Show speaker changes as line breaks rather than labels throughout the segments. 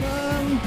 Um,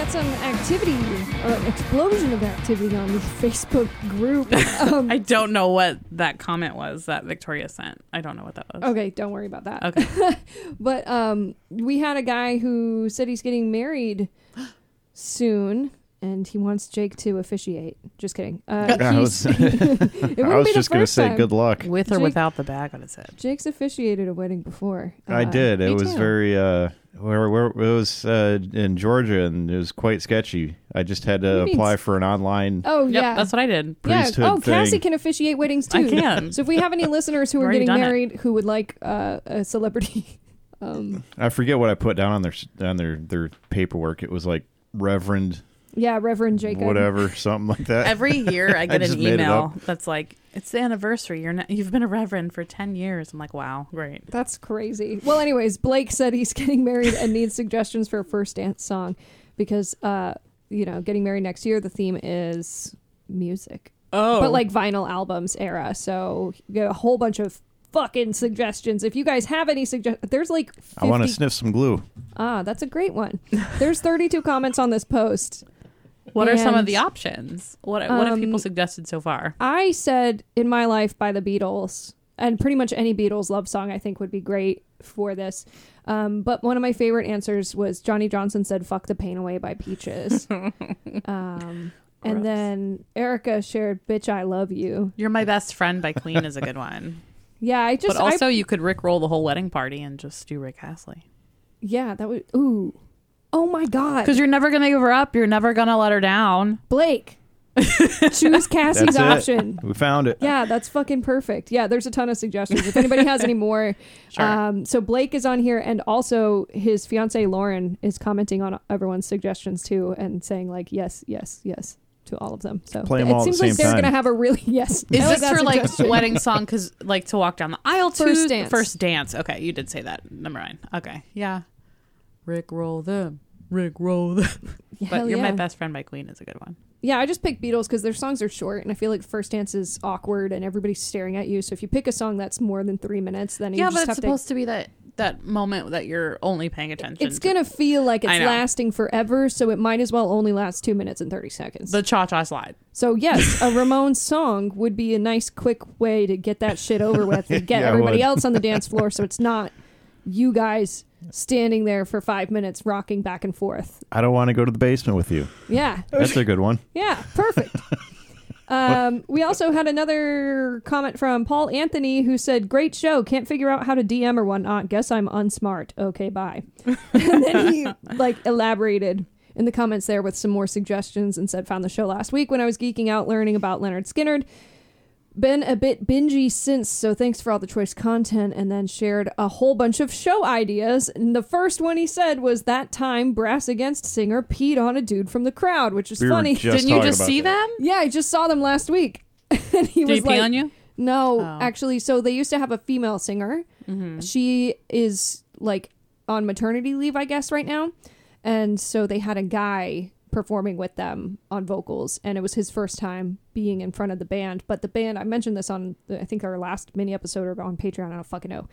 uh, activity or an explosion of activity on the Facebook group. Um,
I don't know what that comment was that Victoria sent. I don't know what that was.
okay, don't worry about that.
Okay.
But um, we had a guy who said he's getting married soon. And he wants Jake to officiate. Just kidding. Uh,
I
he's-
was,
it wouldn't
I was
be the
just going to
first
say
time.
good luck.
With or
Jake-
without the bag on its head.
Jake's officiated a wedding before.
I
Uh,
did. It
me
was
too.
very uh where, where it was uh, in Georgia and it was quite sketchy. I just had
What do
to
you mean
apply
s-
for an online
Oh
Yep,
yeah,
that's what I did.
yeah.
priesthood
Oh, Cassie
thing.
can officiate weddings too.
I can.
So if we have any listeners who
I've
are
already
getting
done it.
married who would like uh, a celebrity, um,
I forget what I put down on their s- on their their paperwork. It was like Reverend
yeah, Reverend Jacob.
whatever, something like that.
Every year I get
just
an
made it
email
up.
that's like, it's the anniversary. You're not, you've been a reverend for 10 years. I'm like, wow, great.
That's crazy. Well, anyways, Blake said he's getting married and needs suggestions for a first dance song because, uh, you know, getting married next year, the theme is music,
Oh.
but like vinyl albums era. So you get a whole bunch of fucking suggestions. If you guys have any suggestions, there's like 50
I want to sniff some glue.
Ah, that's a great one. There's 32 comments on this post.
what are some of
and-
the options? What, what have people
Um,
suggested so far?
I said in my life by the Beatles, and pretty much any Beatles love song I think would be great for this. Um, but one of my favorite answers was Johnny Johnson said "Fuck the Pain Away" by Peaches, um,
Gross.
and then Erica shared "Bitch I Love You."
You're My Best Friend by Queen is a good one.
Yeah, I just
but also,
I,
you could Rickroll the whole wedding party and just do Rick Astley.
yeah that was ooh, oh my god,
Because you're never going to give her up. You're never going to let her down.
Blake, choose Cassie's
That's it.
option.
We found it.
Yeah, that's fucking perfect. Yeah, there's a ton of suggestions. If anybody has any more,
Sure.
um, so Blake is on here, and also his fiance Lauren is commenting on everyone's suggestions too, and saying like yes, yes, yes to all of them. So
Play 'em
it
all at the
seems
same
like they're
time.
gonna have a really yes.
Is
I
this
that
for like
suggestion.
wedding song? Because like to walk down the aisle to
First dance.
First dance. Okay, you did say that. Never mind. Okay, yeah. Rick roll them. Rick roll them.
Hell
but you're
yeah.
my best friend by Queen is a good one.
Yeah, I just picked Beatles because their songs are short, and I feel like first dance is awkward and everybody's staring at you. So if you pick a song that's more than three minutes, then you
yeah,
just
but it's
have
supposed to... be that that moment that you're only paying attention.
to. It's gonna feel like
I
it's
know.
lasting forever, so it might as well only last two minutes and thirty seconds.
the cha cha slide.
So yes, a Ramones song would be a nice quick way to get that shit over with and get
Yeah, it
everybody
would.
else on the dance floor so it's not you guys standing there for 5 minutes rocking back and forth.
I don't want to go to the basement with you.
Yeah.
That's a good one.
Yeah, perfect. Um, we also had another comment from Paul Anthony who said, "Great show. Can't figure out how to DM or whatnot. Guess I'm unsmart. Okay, bye." and then he like elaborated in the comments there with some more suggestions and said, "Found the show last week when I was geeking out learning about Leonard Skinner. Been a bit bingy since, so thanks for all the choice content." And then shared a whole bunch of show ideas. And the first one he said was that time Brass Against singer peed on a dude from the crowd, which is
We were
funny.
just
Didn't you
talking
just
about
see
that.
them?
Yeah, I just saw them last week. and he
Did
was
he pee
like,
on you?
No,
Oh.
actually. So they used to have a female singer.
Mm-hmm.
She is like on maternity leave, I guess, right now. And so they had a guy performing with them on vocals, and it was his first time being in front of the band. But the band, I mentioned this on, I think, our last mini episode or on Patreon, I don't fucking know.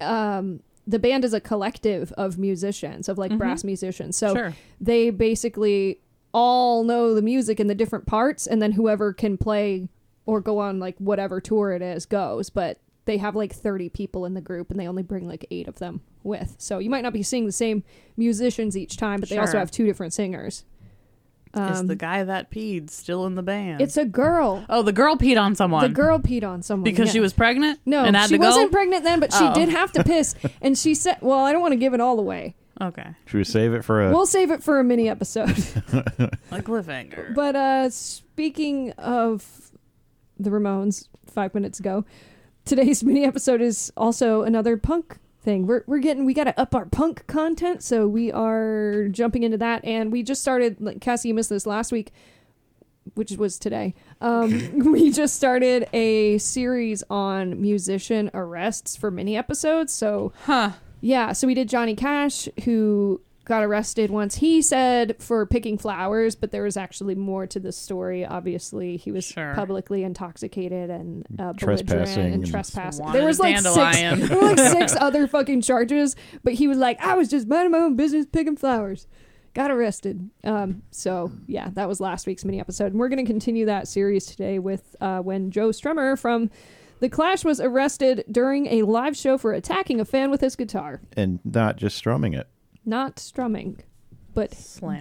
Um, the band is a collective of musicians, of like brass musicians. So
Mm-hmm. Sure.
they basically all know the music in the different parts and then whoever can play or go on like whatever tour it is goes but they have like 30 people in the group and they only bring like eight of them with so you might not be seeing the same musicians each time but they also
Sure.
have two different singers
is the guy that peed still in the band?
um, it's a girl
oh, the girl peed on someone
the girl peed on someone
because she
yeah.
was pregnant.
no
and had
she
to go?
wasn't pregnant then but she
Oh.
did have to piss and she said well i don't want to give it all away
Okay,
Should we save it for a?
we'll save it for a mini episode
a cliffhanger.
But uh speaking of the Ramones, five minutes ago, today's mini episode is also another punk thing. We're we're getting we got to up our punk content, so we are jumping into that. And we just started. Like Cassie, you missed this last week, which was today. Um, we just started a series on musician arrests for mini episodes. So
huh?
yeah, so we did Johnny Cash, who got arrested once. He said for picking flowers, but there was actually more to the story. Obviously, he was
Sure.
publicly intoxicated and uh,
Trespassing
belligerent and
and-
trespassing.
Wanted
There was
a
like
dandelion.
six, there were like six other fucking charges, but he was like, "I was just minding my own business, picking flowers." got arrested. Um, so yeah, that was last week's mini episode, and we're going to continue that series today with uh, when Joe Strummer from the Clash was arrested during a live show for attacking a fan with his guitar,
and not just strumming it.
not strumming. But
Slamming it in.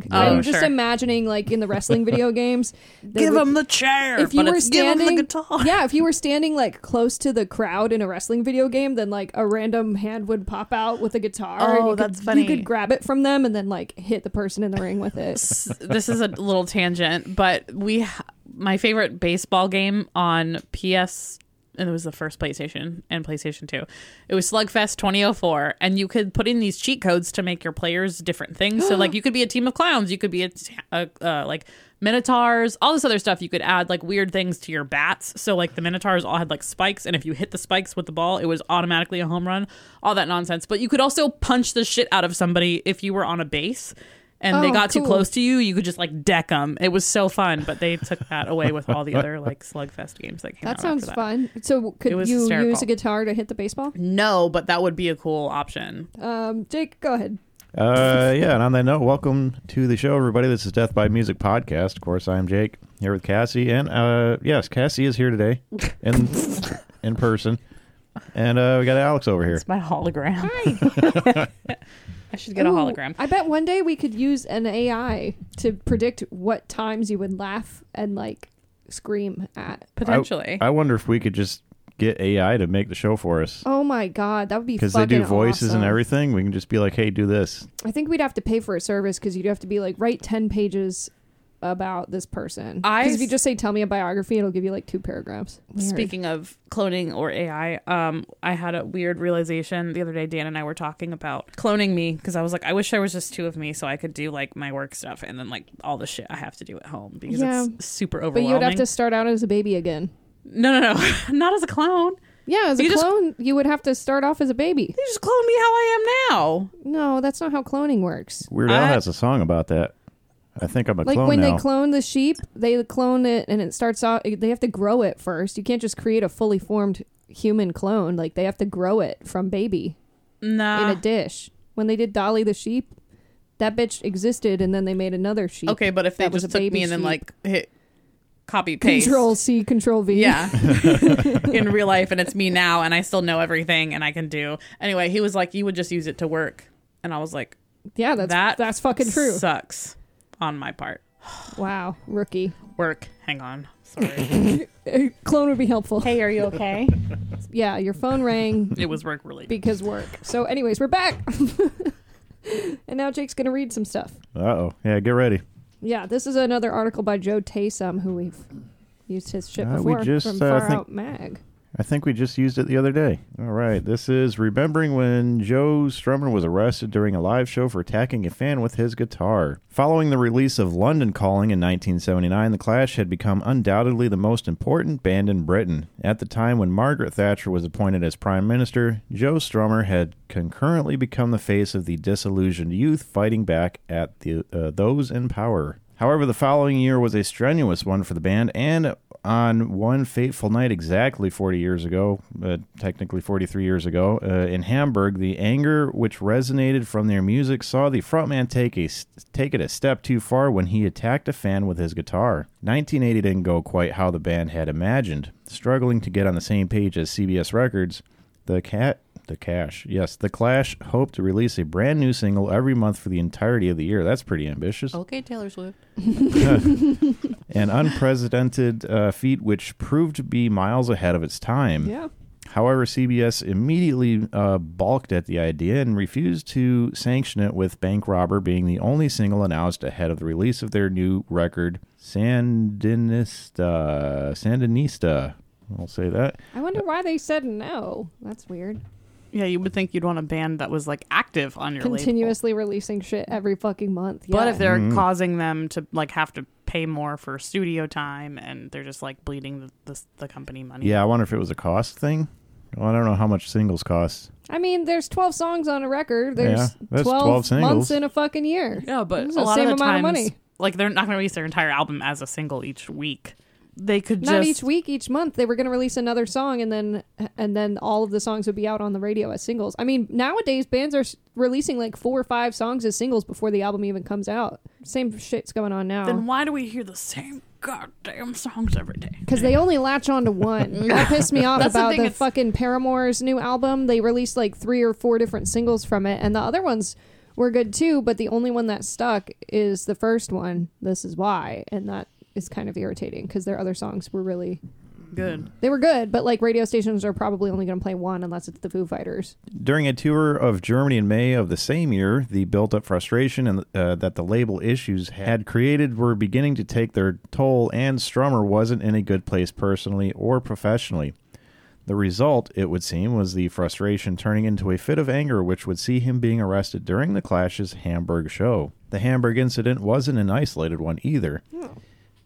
bashing.
Oh,
I'm just
sure.
imagining, like in the wrestling video games, they
give
would-
him the chair.
if you
but
were
it's, give him
standing,
the guitar.
yeah, if you were standing like close to the crowd in a wrestling video game, then like a random hand would pop out with a guitar. and
Oh,
you could-
that's funny.
You could grab it from them and then like hit the person in the ring with it.
s- this is a little tangent, but we ha- my favorite baseball game on PS and it was the first PlayStation and PlayStation 2. It was Slugfest 2004 and you could put in these cheat codes to make your players different things. So like you could be a team of clowns, you could be a, t- a uh, like minotaurs, all this other stuff you could add like weird things to your bats. So like the minotaurs all had like spikes and if you hit the spikes with the ball, it was automatically a home run. All that nonsense. But you could also punch the shit out of somebody if you were on a base and they
Oh,
got too
cool.
close to you, you could just like deck them. It was so fun, but they took that away with all the other like slugfest games that came
That
out. after
sounds
that.
fun. So could
It
you
was hysterical.
use a guitar to hit the baseball?
No, but that would be a cool option.
Um, Jake, go ahead.
Uh, yeah, and on that note, welcome to the show, everybody. This is Death by Music podcast. Of course, I'm Jake here with Cassie, and uh, yes, Cassie is here today in in person, and uh, we got Alex over here.
It's my hologram. I should get a
Ooh,
hologram.
I bet one day we could use an AI to predict what times you would laugh and like scream at.
Potentially.
I wonder if we could just get AI to make the show for us
Oh my god, that would be
because they do
fucking
voices and
awesome.
everything. We can just be like, "Hey, do this."
I think we'd have to pay for a service because you'd have to be like write ten pages about this person.
I
'Cause if you
s-
just say tell me a biography, it'll give you like two paragraphs. Weird.
Speaking of cloning or AI, um, I had a weird realization the other day. Dan and I were talking about cloning me because I was like, I wish there was just two of me so I could do like my work stuff and then like all the shit I have to do at home because
Yeah.
it's super
but
overwhelming.
you'd have to start out as a baby again.
No, no, no, not as a clone.
Yeah, as a
You just-
clone, you would have to start off as a baby.
You just clone me how I am now.
No, that's not how cloning works.
Weird Al
I-
has a song about that. I think I'm a
Like
clone
when
now.
they clone the sheep, they clone it and it starts out. They have to grow it first. You can't just create a fully formed human clone. Like they have to grow it from baby. in
Nah.
a dish. When they did Dolly the sheep, that bitch existed, and then they made another sheep.
okay, but if they
That was
just
a
took
baby
me and then
sheep.
like hit copy paste.
Control C, Control V.
Yeah. in real life and it's me now and I still know everything and I can do. Anyway, he was like you would just use it to work. And I was like
yeah, that's
that
that's fucking true.
Sucks on my part.
wow, rookie.
Work. Hang on. Sorry.
A clone would be helpful.
hey, are you okay?
Yeah, your phone rang
It was work related.
because work. So, anyways, we're back, and now Jake's gonna read some stuff.
Uh oh, yeah, get ready.
Yeah, this is another article by Joe Taysom, who we've used his shit
Uh, we
before
just,
from
uh,
Far
think-
Out Mag.
I think we just used it the other day. All right. This is remembering when Joe Strummer was arrested during a live show for attacking a fan with his guitar. Following the release of London Calling in 1979, The Clash had become undoubtedly the most important band in Britain. At the time when Margaret Thatcher was appointed as Prime Minister, Joe Strummer had concurrently become the face of the disillusioned youth fighting back at the, uh, those in power. However, the following year was a strenuous one for the band, and on one fateful night exactly 40 years ago, uh, technically 43 years ago, uh, in Hamburg, the anger which resonated from their music saw the frontman take, a, s- take it a step too far when he attacked a fan with his guitar. 1980 didn't go quite how the band had imagined. Struggling to get on the same page as CBS Records, the cat, the cash, yes, the Clash hoped to release a brand new single every month for the entirety of the year. That's pretty ambitious
Okay, Taylor Swift.
an unprecedented uh, feat which proved to be miles ahead of its time.
Yeah.
However, CBS immediately uh, balked at the idea and refused to sanction it, with Bank Robber being the only single announced ahead of the release of their new record, Sandinista. Sandinista. I'll say that.
I wonder why they said no. That's weird.
Yeah, you would think you'd want a band that was like active on your label.
Continuously releasing shit every fucking month. Yeah.
But if they're
Mm-hmm.
causing them to like have to pay more for studio time and they're just like bleeding the the, the company money.
Yeah, I wonder if it was a cost thing. Well, I don't know how much singles cost.
I mean, there's 12 songs on a record. There's
Yeah, that's
12,
12 singles.
months in a fucking year.
Yeah, but
It's
a
the
lot
same
of the
amount of
times,
money.
like they're not going to release their entire album as a single each week. they could
Not
just
each week, each month they were going to release another song, and then and then all of the songs would be out on the radio as singles. I mean, nowadays bands are s- releasing like four or five songs as singles before the album even comes out. Same shit's going on
Then
now
why do we hear the same goddamn songs every day?
because they only latch on to one. that pissed me off
That's the
about
thing,
the,
it's-
fucking Paramore's new album. They released like three or four different singles from it, and the other ones were good too. But the only one that stuck is the first one. This is why, and that is kind of irritating because their other songs were really
Good.
They were good, but like radio stations are probably only going to play one unless it's the Foo Fighters.
During a tour of Germany in May of the same year, the built up frustration and, uh, that the label issues had created were beginning to take their toll, and Strummer wasn't in a good place personally or professionally. The result, it would seem, was the frustration turning into a fit of anger, which would see him being arrested during the Clash's Hamburg show. The Hamburg incident wasn't an isolated one either.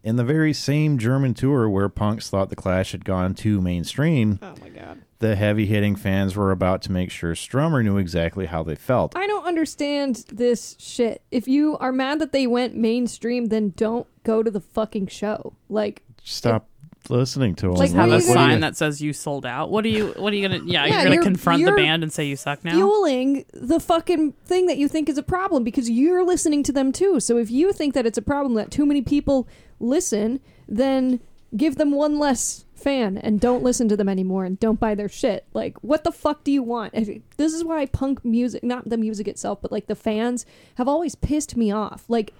In the very same German tour where punks thought the Clash had gone too mainstream,
Oh my god!
the heavy hitting fans were about to make sure Strummer knew exactly how they felt.
I don't understand this shit. If you are mad that they went mainstream, then don't go to the fucking show. Like,
Stop listening to him.
Like,
Have
What
a
do you-
sign that says you sold out. What are you? What are you gonna? Yeah,
Yeah,
you're gonna
you're-
confront
you're
the band and say you suck now.
fueling the fucking thing that you think is a problem because you're listening to them too. So if you think that it's a problem that too many people listen, then give them one less fan and don't listen to them anymore and don't buy their shit. Like, what the fuck do you want? If- This is why punk music, not the music itself, but like the fans have always pissed me off. Like,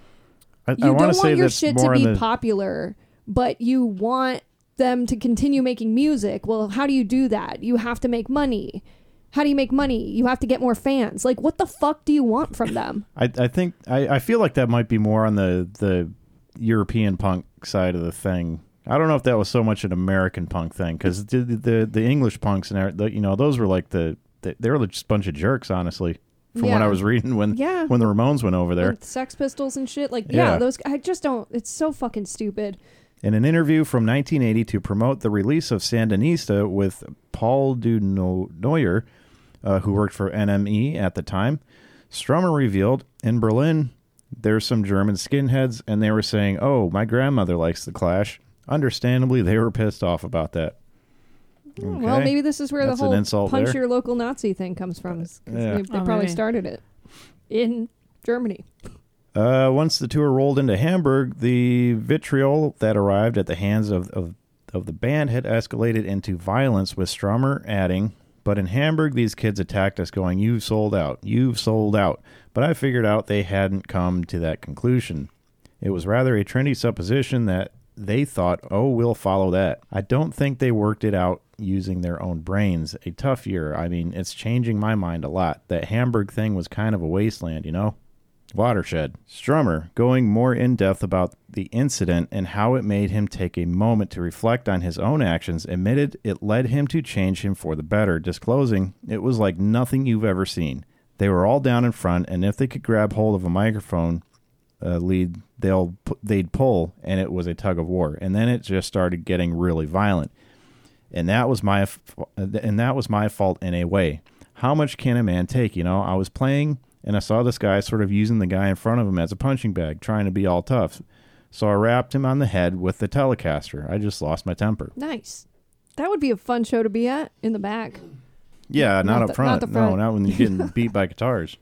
I,
you
want
don't
to say
want your
that's
shit to
more
be
in the,
popular, but you want them to continue making music. Well, how do you do that? You have to make money. How do you make money? You have to get more fans. Like, what the fuck do you want from them?
I, I think I, I feel like that might be more on the the European punk side of the thing. I don't know if that was so much an American punk thing because the, the the English punks and every- the, you know those were like the they, they were just a bunch of jerks honestly from what
Yeah.
I was reading when
Yeah.
when the Ramones went over there.
With Sex Pistols and shit. Like, yeah,
Yeah.
those. I just don't. It's so fucking stupid.
In an interview from 1980 to promote the release of Sandinista with Paul Du No- Neuer, uh, who worked for NME at the time, Strummer revealed in Berlin there's some German skinheads, and they were saying, Oh, my grandmother likes the Clash. Understandably, they were pissed off about that.
Well,
Okay.
maybe this is where
That's
the
an
whole
insult
punch
there.
your local Nazi thing comes from. is 'cause
Yeah.
They, they
Oh,
probably
maybe.
started it in Germany.
Uh, once the tour rolled into Hamburg, the vitriol that arrived at the hands of, of, of the band had escalated into violence, with Strummer adding, But in Hamburg, these kids attacked us, going, You've sold out, you've sold out. But I figured out they hadn't come to that conclusion. It was rather a trendy supposition that they thought, oh, we'll follow that. I don't think they worked it out using their own brains. A tough year. I mean, it's changing my mind a lot. That Hamburg thing was kind of a wasteland, you know? Watershed. Strummer going more in depth about the incident and how it made him take a moment to reflect on his own actions, admitted it led him to change him for the better, disclosing it was like nothing you've ever seen. They were all down in front, and if they could grab hold of a microphone, uh, lead they'll pu- they'd pull and it was a tug of war and then it just started getting really violent and that was my f- and that was my fault in a way how much can a man take you know i was playing and i saw this guy sort of using the guy in front of him as a punching bag trying to be all tough so i wrapped him on the head with the telecaster i just lost my temper
Nice. That would be a fun show to be at in the back.
yeah not,
Not
up
the-
front.
not the front.
no not when you're getting beat by guitars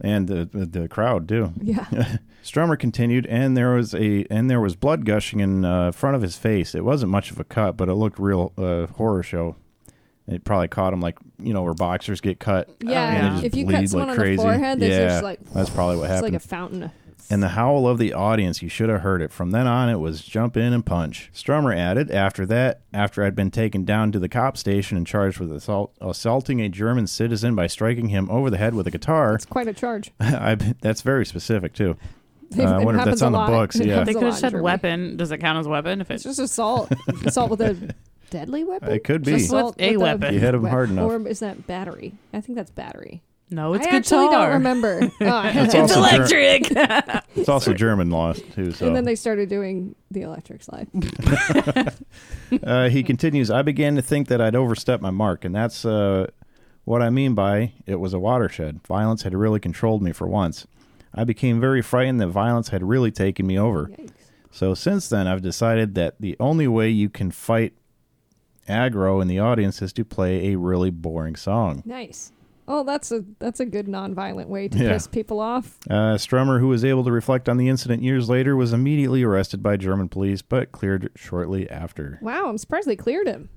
and the the- the crowd too
Yeah.
Strummer continued, and there was a and there was blood gushing in uh, front of his face. It wasn't much of a cut, but it looked real uh, horror show. It probably caught him like you know where boxers get cut.
And they
Yeah,
just
if you
bleed
cut someone
like
on the
crazy.
forehead, they
Yeah,
just like
that's probably what
it's like
happened.
a fountain.
and the howl of the audience, you should have heard it. From then on, it was jump in and punch. Strummer added, after that, after I'd been taken down to the cop station and charged with assault, assaulting a German citizen by striking him over the head with a guitar,
It's quite a charge.
I, that's very specific too.
It
Uh, I wonder if
happens
that's
a
on the
lot.
books,
It
yeah.
happens
They
a
could have
lot in
said
Germany.
weapon. Does it count as weapon? If it's
It's just assault. assault with a deadly weapon.
It could be.
Just assault
With a weapon.
You hit 'em hard enough.
Or is that battery? I think that's battery.
no, Oh, it's
I actually don't
guitar.
remember. Oh,
It's also Ger-
electric.
It's also German law too. So
and then they started doing the electric slide.
uh, he continues, I began to think that I'd overstepped my mark, and that's uh, what I mean by it was a watershed. Violence had really controlled me for once. I became very frightened that violence had really taken me over.
Yikes.
So since then, I've decided that the only way you can fight aggro in the audience is to play a really boring song.
Nice. Oh, that's a that's a good nonviolent way to
Yeah.
piss people off.
Uh, Strummer, who was able to reflect on the incident years later, was immediately arrested by German police but cleared shortly after.
Wow, I'm surprised they cleared him.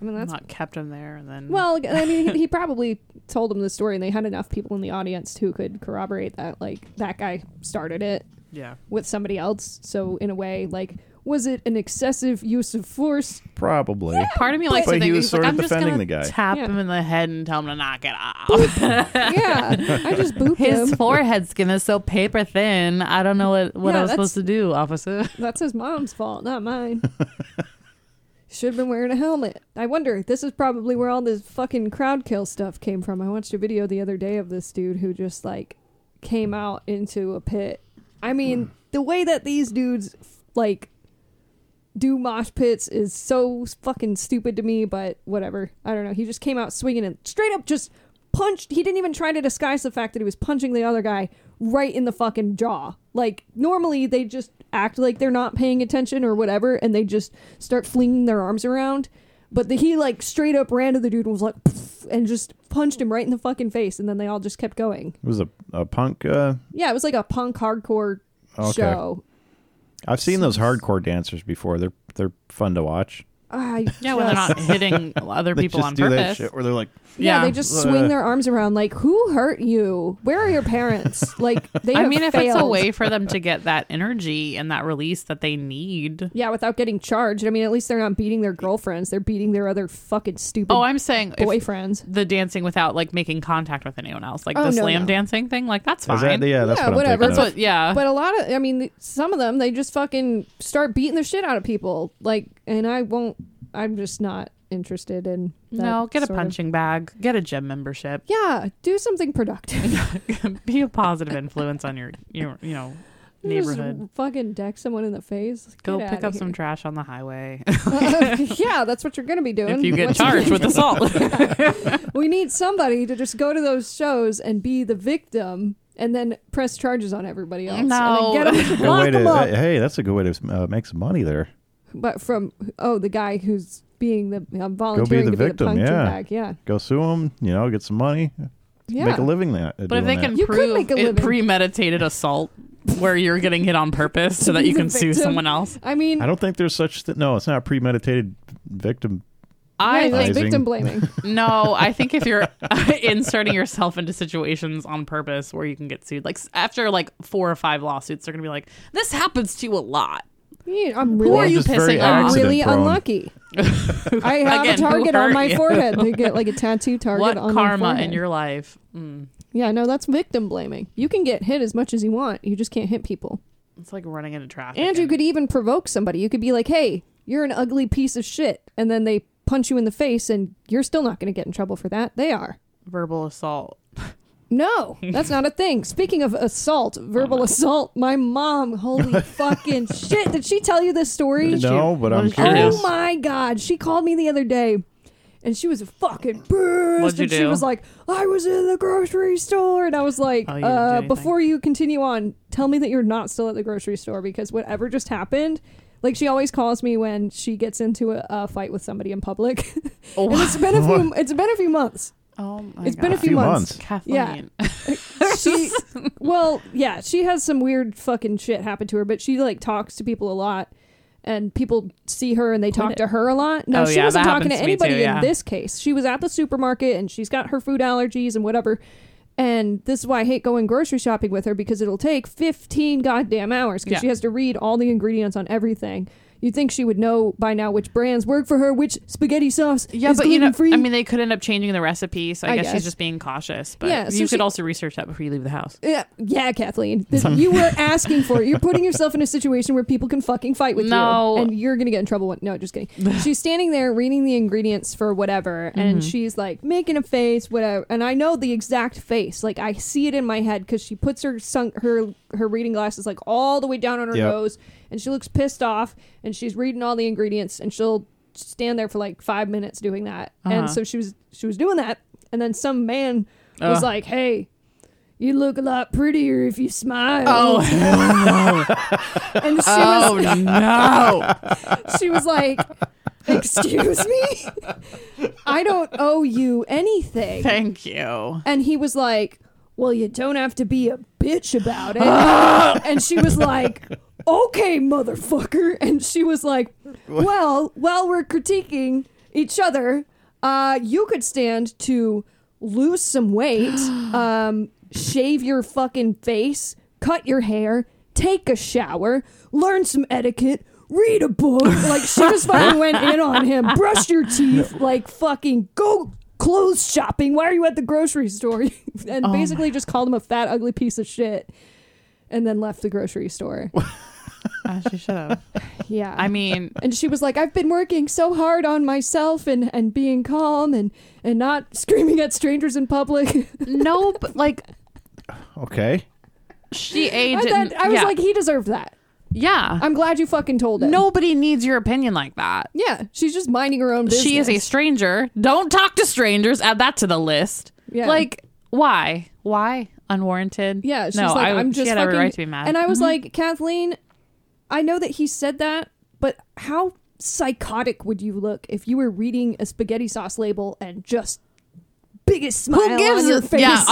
I mean, that's
not kept him there and then
well. I mean, he, he probably told them the story, and they had enough people in the audience who could corroborate that. Like that guy started it
yeah
with somebody else. So in a way, like, was it an excessive use of force?
Probably.
part of me likes
But
to
he
think
was
he's
sort
like,
of
I'm just
defending
gonna
the guy.
tap
Yeah.
him in the head and tell him to knock it off
yeah, I just booped
his
him.
forehead skin is so paper thin i don't know what what
Yeah,
i
that's-
was supposed to do officer
That's his mom's fault, not mine. Should have been wearing a helmet. I wonder, this is probably where all this fucking crowd kill stuff came from. I watched a video the other day of this dude who just like came out into a pit. I mean, the way that these dudes like do mosh pits is so fucking stupid to me, but whatever. I don't know. He just came out swinging and straight up just punched. He didn't even try to disguise the fact that he was punching the other guy right in the fucking jaw. Like, normally they just act like they're not paying attention or whatever, and they just start flinging their arms around. But the, he, like, straight up ran to the dude and was like, "Pff," and just punched him right in the fucking face, and then they all just kept going.
It was a, a punk. Uh,
Yeah, it was like a punk hardcore
Okay.
show.
I've seen those hardcore dancers before. They're they're fun to watch.
I
yeah when they're
just-
not hitting other
They
people
just
on
do
purpose
that shit where they're like,
Yeah,
Yeah.
they just
Uh,
swing their arms around like, "Who hurt you? Where are your parents?" Like they.
I
have
mean, if it's a
failed.
way for them to get that energy and that release that they need.
Yeah, without getting charged. I mean, at least they're not beating their girlfriends. They're beating their other fucking stupid
Oh, I'm saying if
boyfriends.
the dancing without like making contact with anyone else, like
Oh,
the
no,
slam
no.
dancing thing, like that's
is
fine.
that, yeah, that's
Yeah,
what I'm
whatever.
thinking
that's
of.
what, yeah.
But a lot of, I mean, some of them they just fucking start beating the shit out of people. Like, and I won't. I'm just not interested in. That
no, get a
sort of-
punching bag, get a gym membership,
Yeah, do something productive.
be a positive influence on your, your you know, neighborhood.
Just fucking deck someone in the face.
Go
Get
pick
outta
up some
here.
trash on the highway
yeah, that's what you're gonna be doing.
if you get
Once you-
charged with assault.
we need somebody to just go to those shows and be the victim and then press charges on everybody else.
No.
And then get 'em to
Good
lock
way to-
'em up.
hey, that's a good way to uh, make some money there.
But from, oh, the guy who's being the, uh, volunteering
the
to be
victim,
the puncture
yeah.
bag. Yeah.
Go sue them, you know, get some money,
Yeah.
make a living uh, that.
But if they can
You could
prove
make a
it
living.
premeditated assault where you're getting hit on purpose so that you
He's a
can sue
victim.
someone else.
I mean,
I don't think there's such. Th- no, it's not premeditated victim.
I
yeah, that's
think
Amazing.
victim blaming.
No, I think if you're inserting yourself into situations on purpose where you can get sued, like s- after like four or five lawsuits, they're gonna be like, "This happens to you a lot."
Yeah, I'm
Who are
really,
you
just very
pissing off?
I'm really
accident-prone.
unlucky. I have
Again,
a
who
target on
hurt
my
you?
forehead. They get like a tattoo target
What
on
karma
their
in
forehead.
your life? Mm.
Yeah, no, that's victim blaming. You can get hit as much as you want. You just can't hit people.
It's like running into traffic.
And you could even provoke somebody. You could be like, hey, you're an ugly piece of shit. And then they punch you in the face, and you're still not going to get in trouble for that. They are.
verbal assault.
No, that's not a thing. Speaking of assault, verbal assault, my mom, holy fucking shit. Did she tell you this story?
No,
you-
but
what
I'm
did you do?
curious.
Oh my god, she called me the other day, and she was fucking pissed.
What'd you
and she
do?
was like, "I was in the grocery store," and I was like,
Oh, you didn't do
uh,
anything.
"Before you continue on, tell me that you're not still at the grocery store because whatever just happened." Like she always calls me when she gets into a, a fight with somebody in public.
Oh,
and it's been a few. It's been a few months.
oh my
It's been a
God.
few,
Few
months.
Kathleen.
She, well, yeah, she has some weird fucking shit happen to her, but she like talks to people a lot, and people see her and they talk
it.
to her a lot. No,
Oh,
she
yeah,
wasn't
that
talking to
happens to me
anybody
too, yeah.
in this case. She was at the supermarket and she's got her food allergies and whatever. And this is why I hate going grocery shopping with her because it'll take 15 goddamn hours because
Yeah.
she has to read all the ingredients on everything. You'd think she would know by now which brands work for her, which spaghetti sauce
Yeah,
is
but you know,
gluten-free.
I mean, they could end up changing the recipe, so I,
I
guess,
guess.
she's just being cautious. But
Yeah, so
you
she-
could also research that before you leave the house.
Yeah, yeah, Kathleen. This- you were asking for it. You're putting yourself in a situation where people can fucking fight with
No.
you, and you're gonna get in trouble. One- no, just kidding. she's standing there reading the ingredients for whatever, and
Mm-hmm.
she's like making a face, whatever. And I know the exact face. Like I see it in my head because she puts her sun- her her reading glasses like all the way down on her
Yep.
nose, and she looks pissed off, and she's reading all the ingredients, and she'll stand there for like five minutes doing that.
Uh-huh.
And so she was she was doing that, and then some man was
Ugh.
like, "Hey." You look a lot prettier if you smile.
Oh,
and she
oh
was
no.
she was like, "Excuse me, I don't owe you anything."
Thank you.
And he was like, Well, you don't have to be a bitch about it. and she was like, Okay, motherfucker. And she was like, Well, while we're critiquing each other, uh, you could stand to lose some weight, um, shave your fucking face, cut your hair, take a shower, learn some etiquette. Read a book. Like, she just fucking went in on him. Brush your teeth. Like, fucking go clothes shopping. Why are you at the grocery store? and basically just called him a fat, ugly piece of shit and then left the grocery store.
I should have.
yeah.
I mean,
and she was like, I've been working so hard on myself and, and being calm and, and not screaming at strangers in public.
no, but like
Okay.
she
I,
aged.
thought- I was
yeah.
like, he deserved that.
yeah.
I'm glad you fucking told him.
Nobody needs your opinion like that.
Yeah. She's just minding her own business.
She is a stranger. Don't talk to strangers. Add that to the list.
Yeah.
Like, why? Why? Unwarranted.
Yeah, she's
no,
like,
I,
I'm just
she had
fucking.
every right to be mad. Mm-hmm.
And I was like, Kathleen, I know that he said that, but how psychotic would you look if you were reading a spaghetti sauce label and just biggest smile
gives
on your
a-
face?
yeah,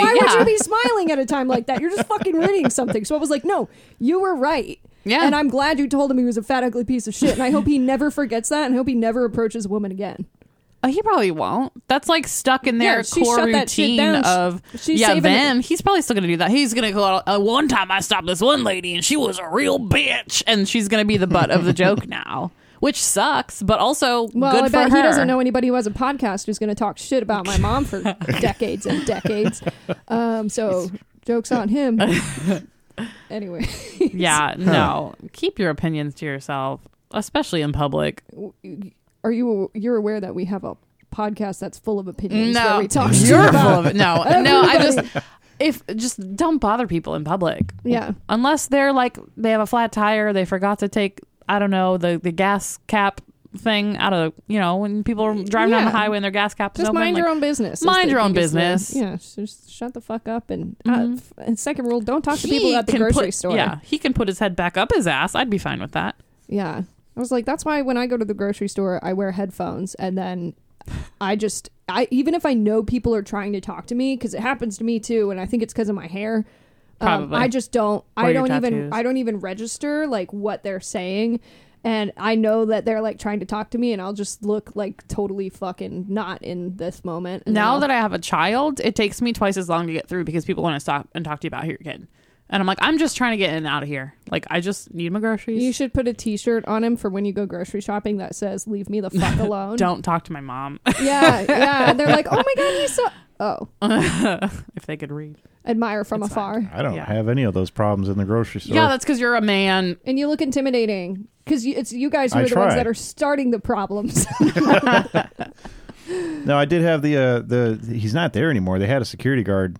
why would
yeah.
you be smiling at a time like that? You're just fucking reading something. So I was like, no, you were right.
Yeah.
and I'm glad you told him he was a fat, ugly piece of shit. And I hope he never forgets that, and I hope he never approaches a woman again.
Uh, he probably won't. That's like stuck in their
Yeah, she
core
shut that shit
routine
down. She-
of
she's
yeah.
saving
Then he's probably still gonna do that. He's gonna go out. Uh, one time I stopped this one lady and she was a real bitch, and she's gonna be the butt of the joke now, which sucks, but also
Well,
good
I bet
for her.
he doesn't know anybody who has a podcast who's going to talk shit about my mom for decades and decades. Um, so jokes on him. anyway,
Yeah, no. Keep your opinions to yourself, especially in public.
are you you're aware that we have a podcast that's full of opinions? where
No,
we talk shit
you're full
about-
of it. No, no. I just
Everybody.
if just don't bother people in public.
Yeah.
unless they're like they have a flat tire, they forgot to take I don't know the the gas cap thing out of you know when people are driving down
Yeah.
the highway and their gas cap is
Just
open.
mind
like,
your own business. is
mind
the
your own
biggest thing.
business.
Yeah, so just shut the fuck up. And uh,
Mhm.
f- and second rule, don't talk to
he
people at the
can
grocery
put-
store.
Yeah, he can put his head back up his ass. I'd be fine with that.
Yeah. I was like, that's why when I go to the grocery store, I wear headphones. And then I just, I even if I know people are trying to talk to me, because it happens to me too, and I think it's because of my hair. Um,
Probably.
I just don't. I
Or your
don't even.
tattoos.
I don't even register like what they're saying, and I know that they're like trying to talk to me, and I'll just look like totally fucking not in this moment. And
Now that I have a child, it takes me twice as long to get through because people want to stop and talk to you about your kid. And I'm like, I'm just trying to get in and out of here. Like, I just need my groceries.
you should put a T-shirt on him for when you go grocery shopping that says "Leave me the fuck alone."
Don't talk to my mom
Yeah, yeah. And they're like, "Oh my god, he's so." Oh,
if they could read.
admire from
It's
afar.
fine.
I don't
Yeah.
have any of those problems in the grocery store.
Yeah, that's because you're a man.
and you look intimidating because it's you guys who
I
are the ones
try.
that are starting the problems.
no, I did have the uh, the he's not there anymore. They had a security guard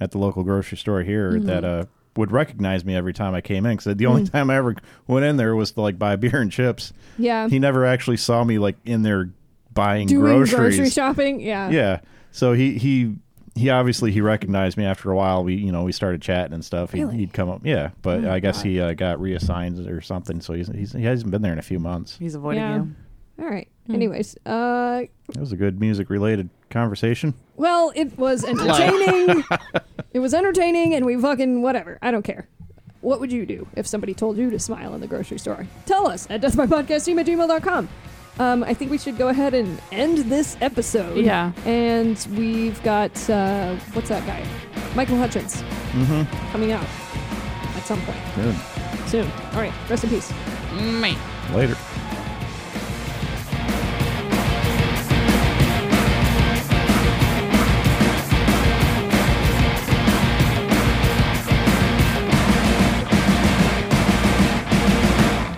at the local grocery store here
Mm-hmm.
that uh, would recognize me every time I came in because the only
Mm.
time I ever went in there was to like buy beer and chips.
yeah,
He never actually saw me like in there buying
doing
groceries.
grocery shopping. Yeah,
yeah, so he he he obviously he recognized me after a while. We you know we started chatting and stuff. He,
Really? Oh,
He'd come up, yeah, but I guess he uh, got reassigned or something. So he's, he's he hasn't been there in a few months.
He's avoiding
Yeah.
you.
All right.
Hmm.
Anyways, uh,
That was a good music related conversation.
well, it was entertaining. it was entertaining, and we fucking whatever. I don't care. What would you do if somebody told you to smile in the grocery store? Tell us at deathbypodcastteam at gmail.com. Um, I think we should go ahead and end this episode.
Yeah.
And we've got, uh, what's that guy? Michael Hutchins
Mm-hmm.
coming out at some point.
Good.
soon. All right, rest in peace. Mm-hmm.
Mate.
Later.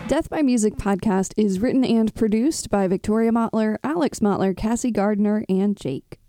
Death by Music podcast is written and produced by Victoria Motler, Alex Motler, Cassie Gardner, and Jake.